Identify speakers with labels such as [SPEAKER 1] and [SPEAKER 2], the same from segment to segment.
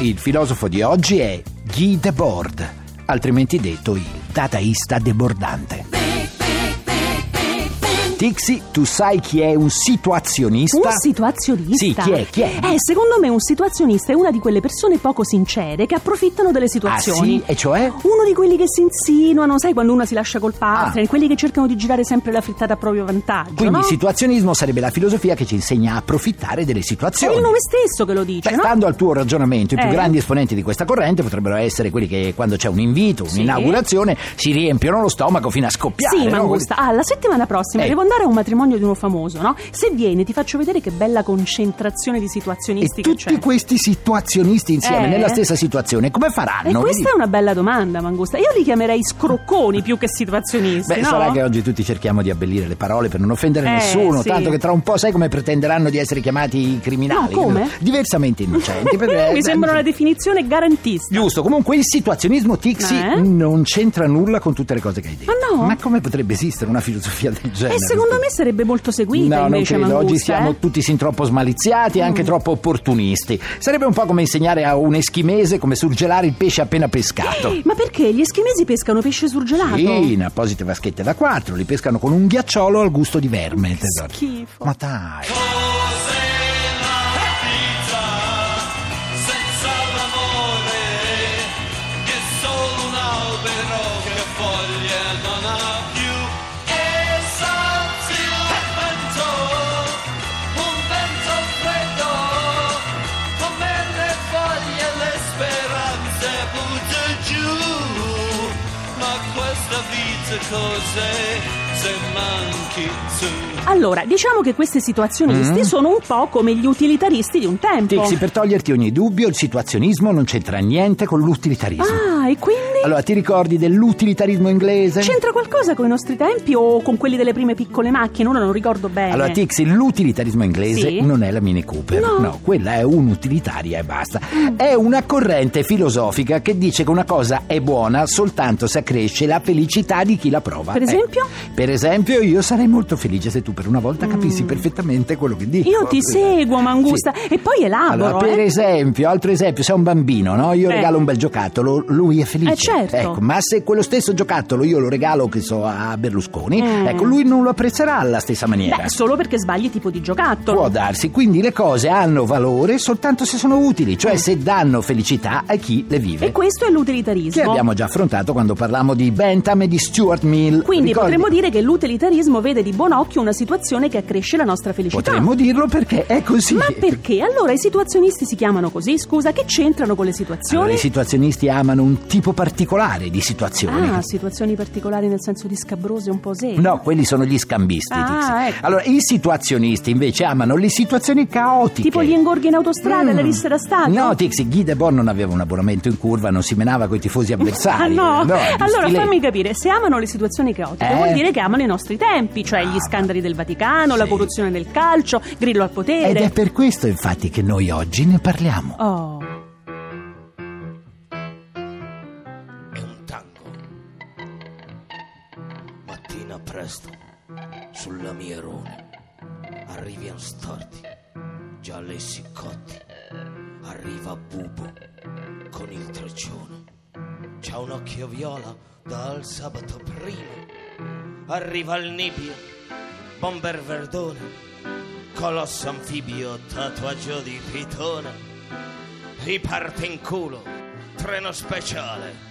[SPEAKER 1] Il filosofo di oggi è Guy Debord, altrimenti detto il dadaista debordante. Tixi, tu sai chi è un situazionista?
[SPEAKER 2] Un situazionista?
[SPEAKER 1] Sì, chi è? Chi è?
[SPEAKER 2] Eh, secondo me un situazionista è una di quelle persone poco sincere che approfittano delle
[SPEAKER 1] ah
[SPEAKER 2] situazioni.
[SPEAKER 1] sì, e cioè?
[SPEAKER 2] Uno di quelli che si insinuano, sai quando una si lascia colpare,
[SPEAKER 1] Ah.
[SPEAKER 2] quelli che cercano di girare sempre la frittata a proprio vantaggio.
[SPEAKER 1] Quindi
[SPEAKER 2] no?
[SPEAKER 1] situazionismo sarebbe la filosofia che ci insegna a approfittare delle
[SPEAKER 2] È
[SPEAKER 1] situazioni.
[SPEAKER 2] il nome stesso che lo dice,
[SPEAKER 1] Beh,
[SPEAKER 2] no?
[SPEAKER 1] stando al tuo ragionamento, i più
[SPEAKER 2] Eh.
[SPEAKER 1] grandi esponenti di questa corrente potrebbero essere quelli che quando c'è un invito,
[SPEAKER 2] Sì.
[SPEAKER 1] un'inaugurazione, si riempiono lo stomaco fino a scoppiare.
[SPEAKER 2] Sì,
[SPEAKER 1] no?
[SPEAKER 2] Mangusta. Ah, la settimana prossima
[SPEAKER 1] Eh.
[SPEAKER 2] devo andare a un matrimonio di uno famoso, no? Se vieni ti faccio vedere che bella concentrazione di
[SPEAKER 1] E
[SPEAKER 2] situazionisti che
[SPEAKER 1] tutti
[SPEAKER 2] c'è.
[SPEAKER 1] questi situazionisti insieme
[SPEAKER 2] cioè. Eh.
[SPEAKER 1] nella stessa situazione, come faranno?
[SPEAKER 2] E
[SPEAKER 1] Mi
[SPEAKER 2] questa
[SPEAKER 1] dici?
[SPEAKER 2] è una bella domanda, Mangusta. Io li chiamerei scrocconi più che situazionisti,
[SPEAKER 1] Beh,
[SPEAKER 2] no?
[SPEAKER 1] sarà che oggi tutti cerchiamo di abbellire le parole per non offendere
[SPEAKER 2] Eh,
[SPEAKER 1] nessuno,
[SPEAKER 2] sì.
[SPEAKER 1] tanto che tra un po' sai come pretenderanno di essere chiamati i criminali.
[SPEAKER 2] No, come?
[SPEAKER 1] Diversamente innocenti. perché-
[SPEAKER 2] Mi sembra una definizione garantista.
[SPEAKER 1] Giusto, comunque il situazionismo Tixi
[SPEAKER 2] Eh?
[SPEAKER 1] non c'entra nulla con tutte le cose che hai detto.
[SPEAKER 2] Ma no?
[SPEAKER 1] Ma come potrebbe esistere una filosofia del genere?
[SPEAKER 2] E secondo me sarebbe molto seguita
[SPEAKER 1] no,
[SPEAKER 2] invece
[SPEAKER 1] non credo.
[SPEAKER 2] Mangusta.
[SPEAKER 1] Oggi siamo
[SPEAKER 2] eh? Mm.
[SPEAKER 1] tutti sin troppo smaliziati e anche troppo opportunisti. Sarebbe un po' come insegnare a un eschimese come surgelare il pesce appena pescato.
[SPEAKER 2] eh. Ma perché gli eschimesi pescano pesce surgelato?
[SPEAKER 1] Sì, in apposite vaschette da quattro, li pescano con un ghiacciolo al gusto di verme. tesoro.
[SPEAKER 2] Schifo.
[SPEAKER 1] Ma dai.
[SPEAKER 3] senza l'amore che solo un albero che foglie non ha più e salti un vento un vento freddo come le foglie le speranze butte giù ma questa vita cos'è se manchi tu
[SPEAKER 2] Allora, diciamo che queste
[SPEAKER 1] Mm.
[SPEAKER 2] situazionisti sono un po' come gli utilitaristi di un tempo.
[SPEAKER 1] Tixi, per toglierti ogni dubbio, il situazionismo non c'entra niente con l'utilitarismo.
[SPEAKER 2] Ah, e quindi?
[SPEAKER 1] Allora, ti ricordi dell'utilitarismo inglese?
[SPEAKER 2] C'entra qualcosa con i nostri tempi o con quelli delle prime piccole macchine? Ora non ricordo bene.
[SPEAKER 1] Allora, Tixi, l'utilitarismo inglese
[SPEAKER 2] Eh. Sì?
[SPEAKER 1] non è la Mini Cooper.
[SPEAKER 2] No.
[SPEAKER 1] quella è un'utilitaria e basta. È una corrente filosofica che dice che una cosa è buona soltanto se accresce la felicità di chi la prova.
[SPEAKER 2] Per
[SPEAKER 1] Eh,
[SPEAKER 2] esempio?
[SPEAKER 1] per esempio, io sarei molto felice se tu per una volta capissi perfettamente quello che dico.
[SPEAKER 2] Mm. Io ti seguo, Mangusta, e poi elaboro,
[SPEAKER 1] Allora, per
[SPEAKER 2] eh.
[SPEAKER 1] esempio, altro esempio, se a un bambino, no? Io
[SPEAKER 2] Eh.
[SPEAKER 1] regalo un bel giocattolo, lui è felice.
[SPEAKER 2] Eh, certo.
[SPEAKER 1] Ecco, ma se quello stesso giocattolo io lo regalo, che so, a Berlusconi,
[SPEAKER 2] Mm.
[SPEAKER 1] ecco, lui non lo apprezzerà alla stessa maniera.
[SPEAKER 2] Beh, solo perché sbagli tipo di giocattolo.
[SPEAKER 1] Può darsi, quindi le cose hanno valore soltanto se sono utili, cioè se danno felicità a chi le vive.
[SPEAKER 2] E questo è l'utilitarismo.
[SPEAKER 1] Che abbiamo già affrontato quando parlavamo di Bentham e di Stuart Mill.
[SPEAKER 2] Quindi
[SPEAKER 1] Ricordi?
[SPEAKER 2] potremmo dire che l'utilitarismo vede di buon occhio una situazione che accresce la nostra felicità.
[SPEAKER 1] Potremmo dirlo perché è così.
[SPEAKER 2] Ma perché? Allora i situazionisti si chiamano così, scusa, che c'entrano con le situazioni?
[SPEAKER 1] Allora, i situazionisti amano un tipo particolare di situazioni.
[SPEAKER 2] Ah, situazioni particolari nel senso di scabrose un po' se.
[SPEAKER 1] No, quelli sono gli scambisti.
[SPEAKER 2] Ah,
[SPEAKER 1] Tixi.
[SPEAKER 2] ecco.
[SPEAKER 1] Allora, i situazionisti invece amano le situazioni caotiche.
[SPEAKER 2] Tipo gli ingorghi in autostrada,
[SPEAKER 1] Mm.
[SPEAKER 2] la rissa da stadio?
[SPEAKER 1] No, Tixi, Guy Debord non aveva un abbonamento in curva, non si menava coi tifosi
[SPEAKER 2] Ah
[SPEAKER 1] avversari.
[SPEAKER 2] no?
[SPEAKER 1] è un
[SPEAKER 2] allora
[SPEAKER 1] stiletto.
[SPEAKER 2] fammi capire, se amano le situazioni caotiche
[SPEAKER 1] Eh? Ah,
[SPEAKER 2] vuol dire che amano i nostri tempi, cioè gli scandali del Vaticano, la
[SPEAKER 1] Sì.
[SPEAKER 2] corruzione nel calcio, Grillo al potere.
[SPEAKER 1] Ed è per questo, infatti, che noi oggi ne parliamo.
[SPEAKER 2] Oh.
[SPEAKER 3] è un tango. Mattina presto, sulla Mierone, arriviamo storti, già lessi cotti, arriva Bubo con il traccione, c'ha un occhio viola dal sabato primo, arriva il Nibio, bomber verdone, colosso anfibio, tatuaggio di pitone, riparte in culo, treno speciale,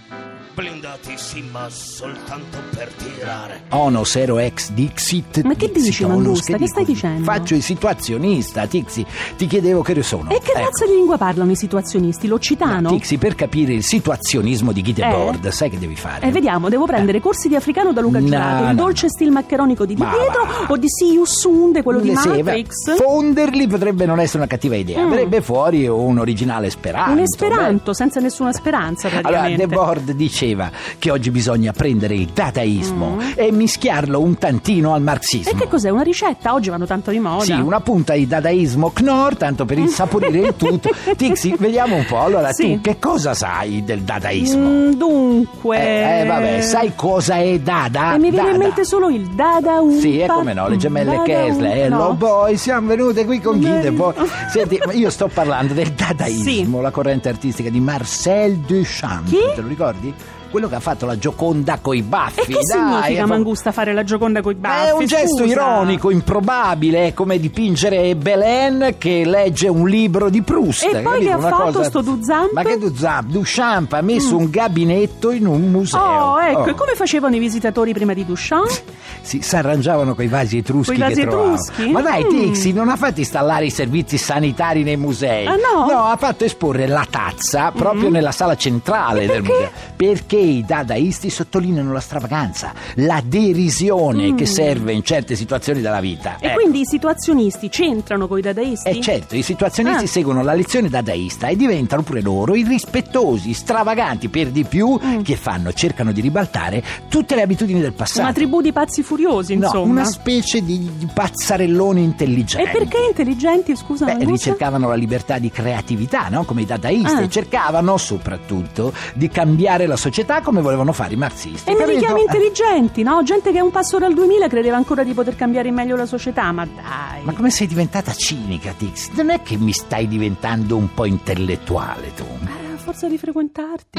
[SPEAKER 3] blindatissimi, ma soltanto per tirare.
[SPEAKER 1] Ono Ero ex Dixit.
[SPEAKER 2] Ma che dici,
[SPEAKER 1] Dixitolus,
[SPEAKER 2] Mangusta? Che
[SPEAKER 1] dico?
[SPEAKER 2] stai dicendo?
[SPEAKER 1] Faccio il situazionista, Tixi. Ti chiedevo che ne sono.
[SPEAKER 2] E che
[SPEAKER 1] Ecco.
[SPEAKER 2] razza di lingua parlano i situazionisti? L'occitano?
[SPEAKER 1] Tixi, per capire il situazionismo di Gitebord,
[SPEAKER 2] Eh?
[SPEAKER 1] sai che devi fare?
[SPEAKER 2] Eh, vediamo, devo prendere corsi di africano da Luca
[SPEAKER 1] No,
[SPEAKER 2] Girato,
[SPEAKER 1] no,
[SPEAKER 2] il
[SPEAKER 1] no.
[SPEAKER 2] dolce stil maccheronico di Di
[SPEAKER 1] Ma va.
[SPEAKER 2] Pietro o di Sius Sunde, quello di
[SPEAKER 1] Le seve-
[SPEAKER 2] Matrix?
[SPEAKER 1] Fonderli potrebbe non essere una cattiva idea.
[SPEAKER 2] Mm.
[SPEAKER 1] Verrebbe fuori un originale speranto.
[SPEAKER 2] Un esperanto, senza nessuna speranza
[SPEAKER 1] Beh. Allora,
[SPEAKER 2] praticamente.
[SPEAKER 1] De Bord diceva che oggi bisogna prendere il dataismo e mischiarlo un tantino al marxismo.
[SPEAKER 2] Mm. e che cos'è? Una ricetta? Oggi vanno tanto di moda.
[SPEAKER 1] Sì, una punta di dadaismo Knorr, tanto per insaporire il tutto. Tixi, vediamo un po'. Allora,
[SPEAKER 2] Mm. Sì.
[SPEAKER 1] tu che cosa sai del dadaismo?
[SPEAKER 2] Mm, dunque...
[SPEAKER 1] Eh, eh, vabbè, sai cosa è Dada?
[SPEAKER 2] E eh, mi viene in
[SPEAKER 1] Ah, Dada.
[SPEAKER 2] mente solo il Dada un
[SPEAKER 1] Sì, e come no, le gemelle Kessler, eh,
[SPEAKER 2] no.
[SPEAKER 1] lo boy, siamo venute qui con
[SPEAKER 2] Beh.
[SPEAKER 1] Guide Boy. Senti, ma io sto parlando del dadaismo, la corrente artistica di Marcel Duchamp,
[SPEAKER 2] Chi?
[SPEAKER 1] te lo ricordi? Quello che ha fatto la Gioconda coi baffi,
[SPEAKER 2] E che
[SPEAKER 1] dai,
[SPEAKER 2] significa,
[SPEAKER 1] è fa-
[SPEAKER 2] Mangusta, fare la gioconda coi baffi?
[SPEAKER 1] è un gesto
[SPEAKER 2] Scusa.
[SPEAKER 1] ironico, improbabile, è come dipingere Belen che legge un libro di Proust.
[SPEAKER 2] E poi
[SPEAKER 1] capito?
[SPEAKER 2] che ha
[SPEAKER 1] Una
[SPEAKER 2] fatto
[SPEAKER 1] cosa-
[SPEAKER 2] sto Duzamp?
[SPEAKER 1] Ma che Duzamp? Duchamp ha messo un gabinetto in un museo.
[SPEAKER 2] Oh, ecco,
[SPEAKER 1] Oh.
[SPEAKER 2] e come facevano i visitatori prima di Duchamp?
[SPEAKER 1] Si, si arrangiavano coi vasi etruschi
[SPEAKER 2] Coi vasi
[SPEAKER 1] che trovavano.
[SPEAKER 2] etruschi?
[SPEAKER 1] Ma dai,
[SPEAKER 2] Mm.
[SPEAKER 1] Tixi non ha fatto installare i servizi sanitari nei musei.
[SPEAKER 2] Ah, no? Mm.
[SPEAKER 1] ha fatto esporre la tazza proprio nella sala centrale del museo. Perché i dadaisti sottolineano la stravaganza, la derisione che serve in certe situazioni della vita.
[SPEAKER 2] Mm. E
[SPEAKER 1] Ecco.
[SPEAKER 2] quindi i situazionisti c'entrano coi dadaisti?
[SPEAKER 1] E certo, i situazionisti
[SPEAKER 2] Ah.
[SPEAKER 1] seguono la lezione dadaista e diventano pure loro irrispettosi, stravaganti per di più,
[SPEAKER 2] Mm.
[SPEAKER 1] che fanno, cercano di ribaltare tutte le abitudini del passato.
[SPEAKER 2] Una tribù di pazzi furiosi,
[SPEAKER 1] No,
[SPEAKER 2] insomma.
[SPEAKER 1] una specie di, di pazzarelloni intelligenti.
[SPEAKER 2] e perché intelligenti, scusa,
[SPEAKER 1] eh, Beh,
[SPEAKER 2] Mangusta?
[SPEAKER 1] ricercavano la libertà di creatività, no? come i dadaisti,
[SPEAKER 2] Ah.
[SPEAKER 1] e cercavano soprattutto di cambiare la società come volevano fare i marxisti.
[SPEAKER 2] E mi
[SPEAKER 1] Capito?
[SPEAKER 2] richiami intelligenti, no? Gente che a un passo dal 2000 credeva ancora di poter cambiare in meglio la società, ma dai.
[SPEAKER 1] Eh, Ma come sei diventata cinica, Tix? Non è che mi stai diventando un po' intellettuale tu?
[SPEAKER 2] Eh, a forza di frequentarti.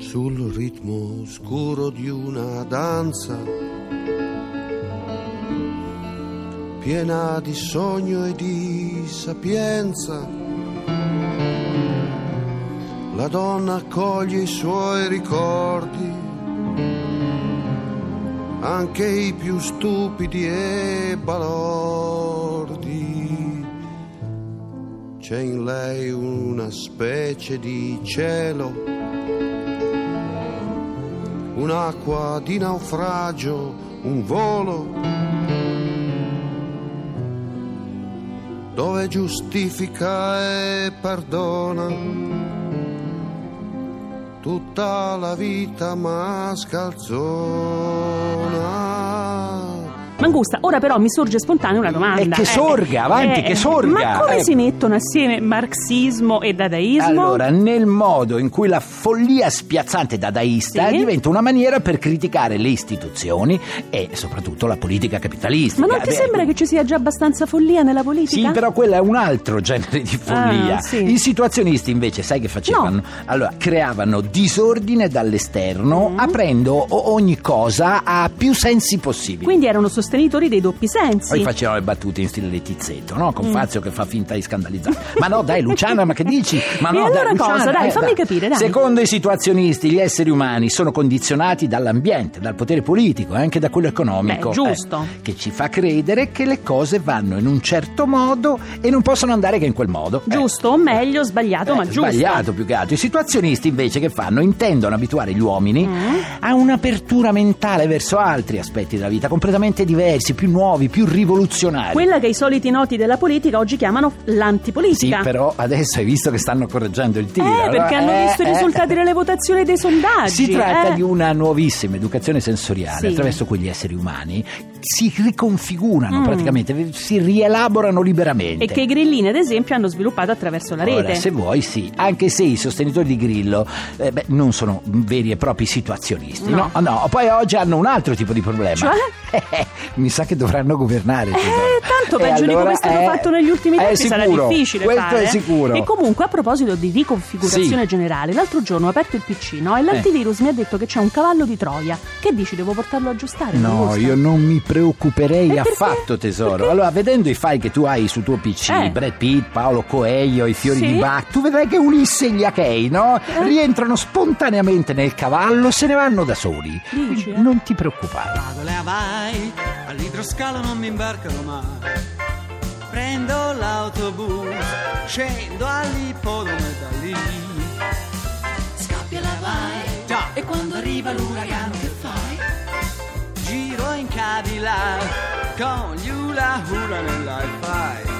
[SPEAKER 4] sul ritmo oscuro di una danza piena di sogno e di sapienza. La donna accoglie i suoi ricordi, anche i più stupidi e balordi. C'è in lei una specie di cielo un'acqua di naufragio, un volo, dove giustifica e perdona tutta la vita ma scalzona.
[SPEAKER 2] Mangusta, ora però mi sorge spontanea una domanda.
[SPEAKER 1] E che
[SPEAKER 2] eh.
[SPEAKER 1] sorga, avanti, che sorga.
[SPEAKER 2] Ma come
[SPEAKER 1] Eh.
[SPEAKER 2] si mettono assieme marxismo e dadaismo?
[SPEAKER 1] Allora, nel modo in cui la follia spiazzante dadaista
[SPEAKER 2] Sì.
[SPEAKER 1] diventa una maniera per criticare le istituzioni e soprattutto la politica capitalistica.
[SPEAKER 2] ma non ti
[SPEAKER 1] Beh,
[SPEAKER 2] sembra che ci sia già abbastanza follia nella politica?
[SPEAKER 1] eh, Sì, però quello è un altro genere di follia.
[SPEAKER 2] Ah, sì.
[SPEAKER 1] I situazionisti invece, sai che facevano?
[SPEAKER 2] No.
[SPEAKER 1] Allora, creavano disordine dall'esterno,
[SPEAKER 2] Mm.
[SPEAKER 1] aprendo o- ogni cosa a più sensi possibili.
[SPEAKER 2] Quindi erano sostenitori dei doppi sensi.
[SPEAKER 1] Poi eh. facevano le battute in stile Letizzetto, no?
[SPEAKER 2] Mm.
[SPEAKER 1] Con Fazio che fa finta di scandalizzare. Ma no, dai, Luciana, ma che dici? Ma
[SPEAKER 2] E
[SPEAKER 1] no,
[SPEAKER 2] allora
[SPEAKER 1] dai,
[SPEAKER 2] cosa?
[SPEAKER 1] Luciana,
[SPEAKER 2] Dai, fammi capire, dai.
[SPEAKER 1] Secondo i situazionisti, gli esseri umani sono condizionati dall'ambiente, dal potere politico e anche da quello economico.
[SPEAKER 2] Beh, giusto.
[SPEAKER 1] eh, che ci fa credere che le cose vanno in un certo modo e non possono andare che in quel modo. Eh,
[SPEAKER 2] Giusto, o meglio, sbagliato,
[SPEAKER 1] eh,
[SPEAKER 2] ma giusto.
[SPEAKER 1] Sbagliato più che altro. I situazionisti invece che fanno intendono abituare gli uomini
[SPEAKER 2] Eh?
[SPEAKER 1] a un'apertura mentale verso altri aspetti della vita, completamente diversi, più nuovi, più rivoluzionari.
[SPEAKER 2] Quella che i soliti noti della politica oggi chiamano
[SPEAKER 1] Sì,
[SPEAKER 2] l'antipolitica.
[SPEAKER 1] però adesso hai visto che stanno correggendo il tiro.
[SPEAKER 2] eh, perché hanno
[SPEAKER 1] allora, eh,
[SPEAKER 2] visto i
[SPEAKER 1] eh.
[SPEAKER 2] risultati delle votazioni e dei sondaggi.
[SPEAKER 1] Si tratta
[SPEAKER 2] eh.
[SPEAKER 1] di una nuovissima educazione sensoriale
[SPEAKER 2] Sì.
[SPEAKER 1] attraverso cui gli esseri umani si riconfigurano
[SPEAKER 2] Mm.
[SPEAKER 1] praticamente, si rielaborano liberamente.
[SPEAKER 2] E che i grillini, ad esempio, hanno sviluppato attraverso la rete.
[SPEAKER 1] Ora, se vuoi, sì, anche se i sostenitori di Grillo eh, beh, non sono veri e propri situazionisti. No.
[SPEAKER 2] No.
[SPEAKER 1] no, poi oggi hanno un altro tipo di problema.
[SPEAKER 2] Cioè?
[SPEAKER 1] Eh, eh, mi sa che dovranno governare.
[SPEAKER 2] Eh, tanto peggio di come è
[SPEAKER 1] eh,
[SPEAKER 2] stato fatto negli ultimi
[SPEAKER 1] anni
[SPEAKER 2] tempi sarà difficile
[SPEAKER 1] Questo
[SPEAKER 2] fare. eh.
[SPEAKER 1] è sicuro.
[SPEAKER 2] E comunque a proposito di riconfigurazione
[SPEAKER 1] Sì.
[SPEAKER 2] generale, l'altro giorno ho aperto il PC, no? E l'antivirus mi ha detto che c'è un cavallo di Troia. Che dici, devo portarlo a aggiustare?
[SPEAKER 1] No,
[SPEAKER 2] Augusto?
[SPEAKER 1] io non mi preoccuperei
[SPEAKER 2] E perché?
[SPEAKER 1] affatto, tesoro.
[SPEAKER 2] Perché?
[SPEAKER 1] Allora, vedendo i file che tu hai su tuo PC,
[SPEAKER 2] Eh.
[SPEAKER 1] Brad Pitt, Paolo Coelho, i fiori
[SPEAKER 2] Sì. Eh.
[SPEAKER 1] di Bach, tu vedrai che Ulisse e gli Achei, no? Rientrano spontaneamente nel cavallo, se ne vanno da soli.
[SPEAKER 2] Dici, eh?
[SPEAKER 1] Non ti preoccupare.
[SPEAKER 5] Pagole a vai, all'idroscalo non mi imbarcano mai. Prendo l'autobus, scendo all'ippodromo e da lì.
[SPEAKER 6] Scappia la vai
[SPEAKER 5] Già,
[SPEAKER 6] e quando arriva l'uragano che fai?
[SPEAKER 5] giro in Cadillac con gli hula hula nell'hi-fi.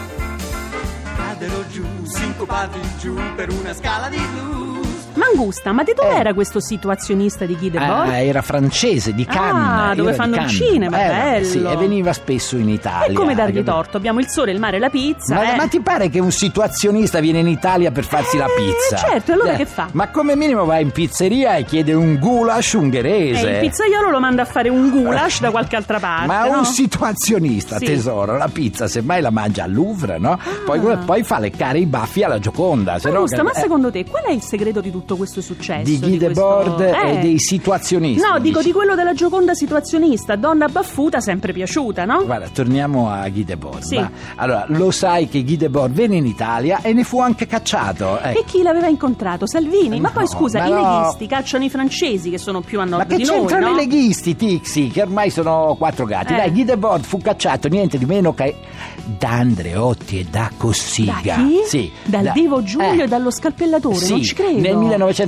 [SPEAKER 5] Caderò giù, sincopati giù per una scala di blues.
[SPEAKER 2] Mangusta, ma di dove
[SPEAKER 1] Eh.
[SPEAKER 2] era questo situazionista di Guy Debord?
[SPEAKER 1] Ah, era francese, di
[SPEAKER 2] Ah,
[SPEAKER 1] Cannes.
[SPEAKER 2] dove
[SPEAKER 1] era di
[SPEAKER 2] fanno il
[SPEAKER 1] Cannes. Eh,
[SPEAKER 2] cinema, bello.
[SPEAKER 1] Sì, e veniva spesso in Italia.
[SPEAKER 2] è come dargli
[SPEAKER 1] capito?
[SPEAKER 2] torto, abbiamo il sole, il mare e la pizza.
[SPEAKER 1] Ma,
[SPEAKER 2] eh.
[SPEAKER 1] ma ti pare che un situazionista viene in Italia per farsi la
[SPEAKER 2] Eh,
[SPEAKER 1] pizza?
[SPEAKER 2] certo, e allora che fa?
[SPEAKER 1] Ma come minimo va in pizzeria e chiede un goulash
[SPEAKER 2] Eh,
[SPEAKER 1] ungherese.
[SPEAKER 2] il pizzaiolo lo manda a fare un goulash da qualche altra parte.
[SPEAKER 1] Ma
[SPEAKER 2] no?
[SPEAKER 1] un situazionista,
[SPEAKER 2] Sì.
[SPEAKER 1] tesoro, la pizza semmai la mangia al Louvre, no? Poi, poi fa leccare i baffi alla Gioconda, se no...
[SPEAKER 2] Augusto, Ah. ma
[SPEAKER 1] eh,
[SPEAKER 2] secondo te qual è il segreto di tutto questo successo?
[SPEAKER 1] Di Guy
[SPEAKER 2] questo-
[SPEAKER 1] Debord
[SPEAKER 2] Eh.
[SPEAKER 1] e dei situazionisti.
[SPEAKER 2] No, dico
[SPEAKER 1] dici.
[SPEAKER 2] di quello della gioconda situazionista, donna baffuta sempre piaciuta, no?
[SPEAKER 1] Guarda, torniamo a Guy Debord.
[SPEAKER 2] Sì.
[SPEAKER 1] ma- allora, lo sai che Guy Debord venne in Italia e ne fu anche cacciato. ecco.
[SPEAKER 2] E chi l'aveva incontrato? Salvini? Ma
[SPEAKER 1] No,
[SPEAKER 2] poi scusa,
[SPEAKER 1] ma
[SPEAKER 2] i
[SPEAKER 1] no.
[SPEAKER 2] leghisti cacciano i francesi che sono più a nord
[SPEAKER 1] Ma che
[SPEAKER 2] di noi,
[SPEAKER 1] c'entrano
[SPEAKER 2] no?
[SPEAKER 1] i leghisti, Tixi, che ormai sono quattro gatti?
[SPEAKER 2] Eh.
[SPEAKER 1] Dai, Guy Debord fu cacciato niente di meno che da Andreotti e da
[SPEAKER 2] Da
[SPEAKER 1] Cossiga.
[SPEAKER 2] chi?
[SPEAKER 1] Sì,
[SPEAKER 2] Dal
[SPEAKER 1] da-
[SPEAKER 2] Divo Giulio
[SPEAKER 1] Eh.
[SPEAKER 2] e dallo scalpellatore,
[SPEAKER 1] Sì,
[SPEAKER 2] non ci credo.
[SPEAKER 1] Nel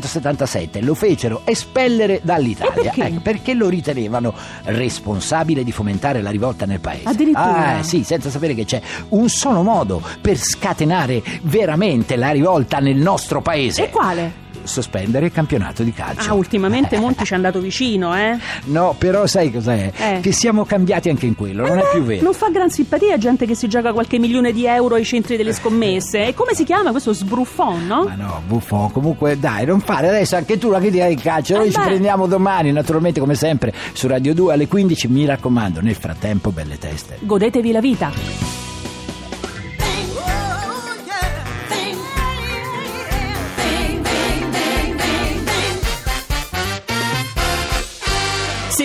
[SPEAKER 1] 1977 lo fecero espellere dall'Italia
[SPEAKER 2] E perché?
[SPEAKER 1] Ecco, perché lo ritenevano responsabile di fomentare la rivolta nel paese.
[SPEAKER 2] Addirittura.
[SPEAKER 1] Ah, sì, senza sapere che c'è un solo modo per scatenare veramente la rivolta nel nostro paese.
[SPEAKER 2] E quale?
[SPEAKER 1] Sospendere il campionato di calcio.
[SPEAKER 2] Ah, ultimamente Monti ci è andato vicino, eh?
[SPEAKER 1] No, però sai cos'è?
[SPEAKER 2] Eh.
[SPEAKER 1] Che siamo cambiati anche in quello, non
[SPEAKER 2] Eh,
[SPEAKER 1] è più vero.
[SPEAKER 2] Non fa gran simpatia gente che si gioca qualche milione di euro ai centri
[SPEAKER 1] Eh.
[SPEAKER 2] delle scommesse. E come si chiama questo sbruffon, no?
[SPEAKER 1] Ma no, buffon, comunque dai, non fare adesso anche tu la critica del calcio. Noi
[SPEAKER 2] Eh
[SPEAKER 1] ci
[SPEAKER 2] beh.
[SPEAKER 1] prendiamo domani, naturalmente, come sempre, su Radio 2 alle 15. Mi raccomando, nel frattempo, belle teste.
[SPEAKER 2] Godetevi la vita.
[SPEAKER 5] Oh yeah!
[SPEAKER 6] Bang bang bang bang bang bang
[SPEAKER 2] Se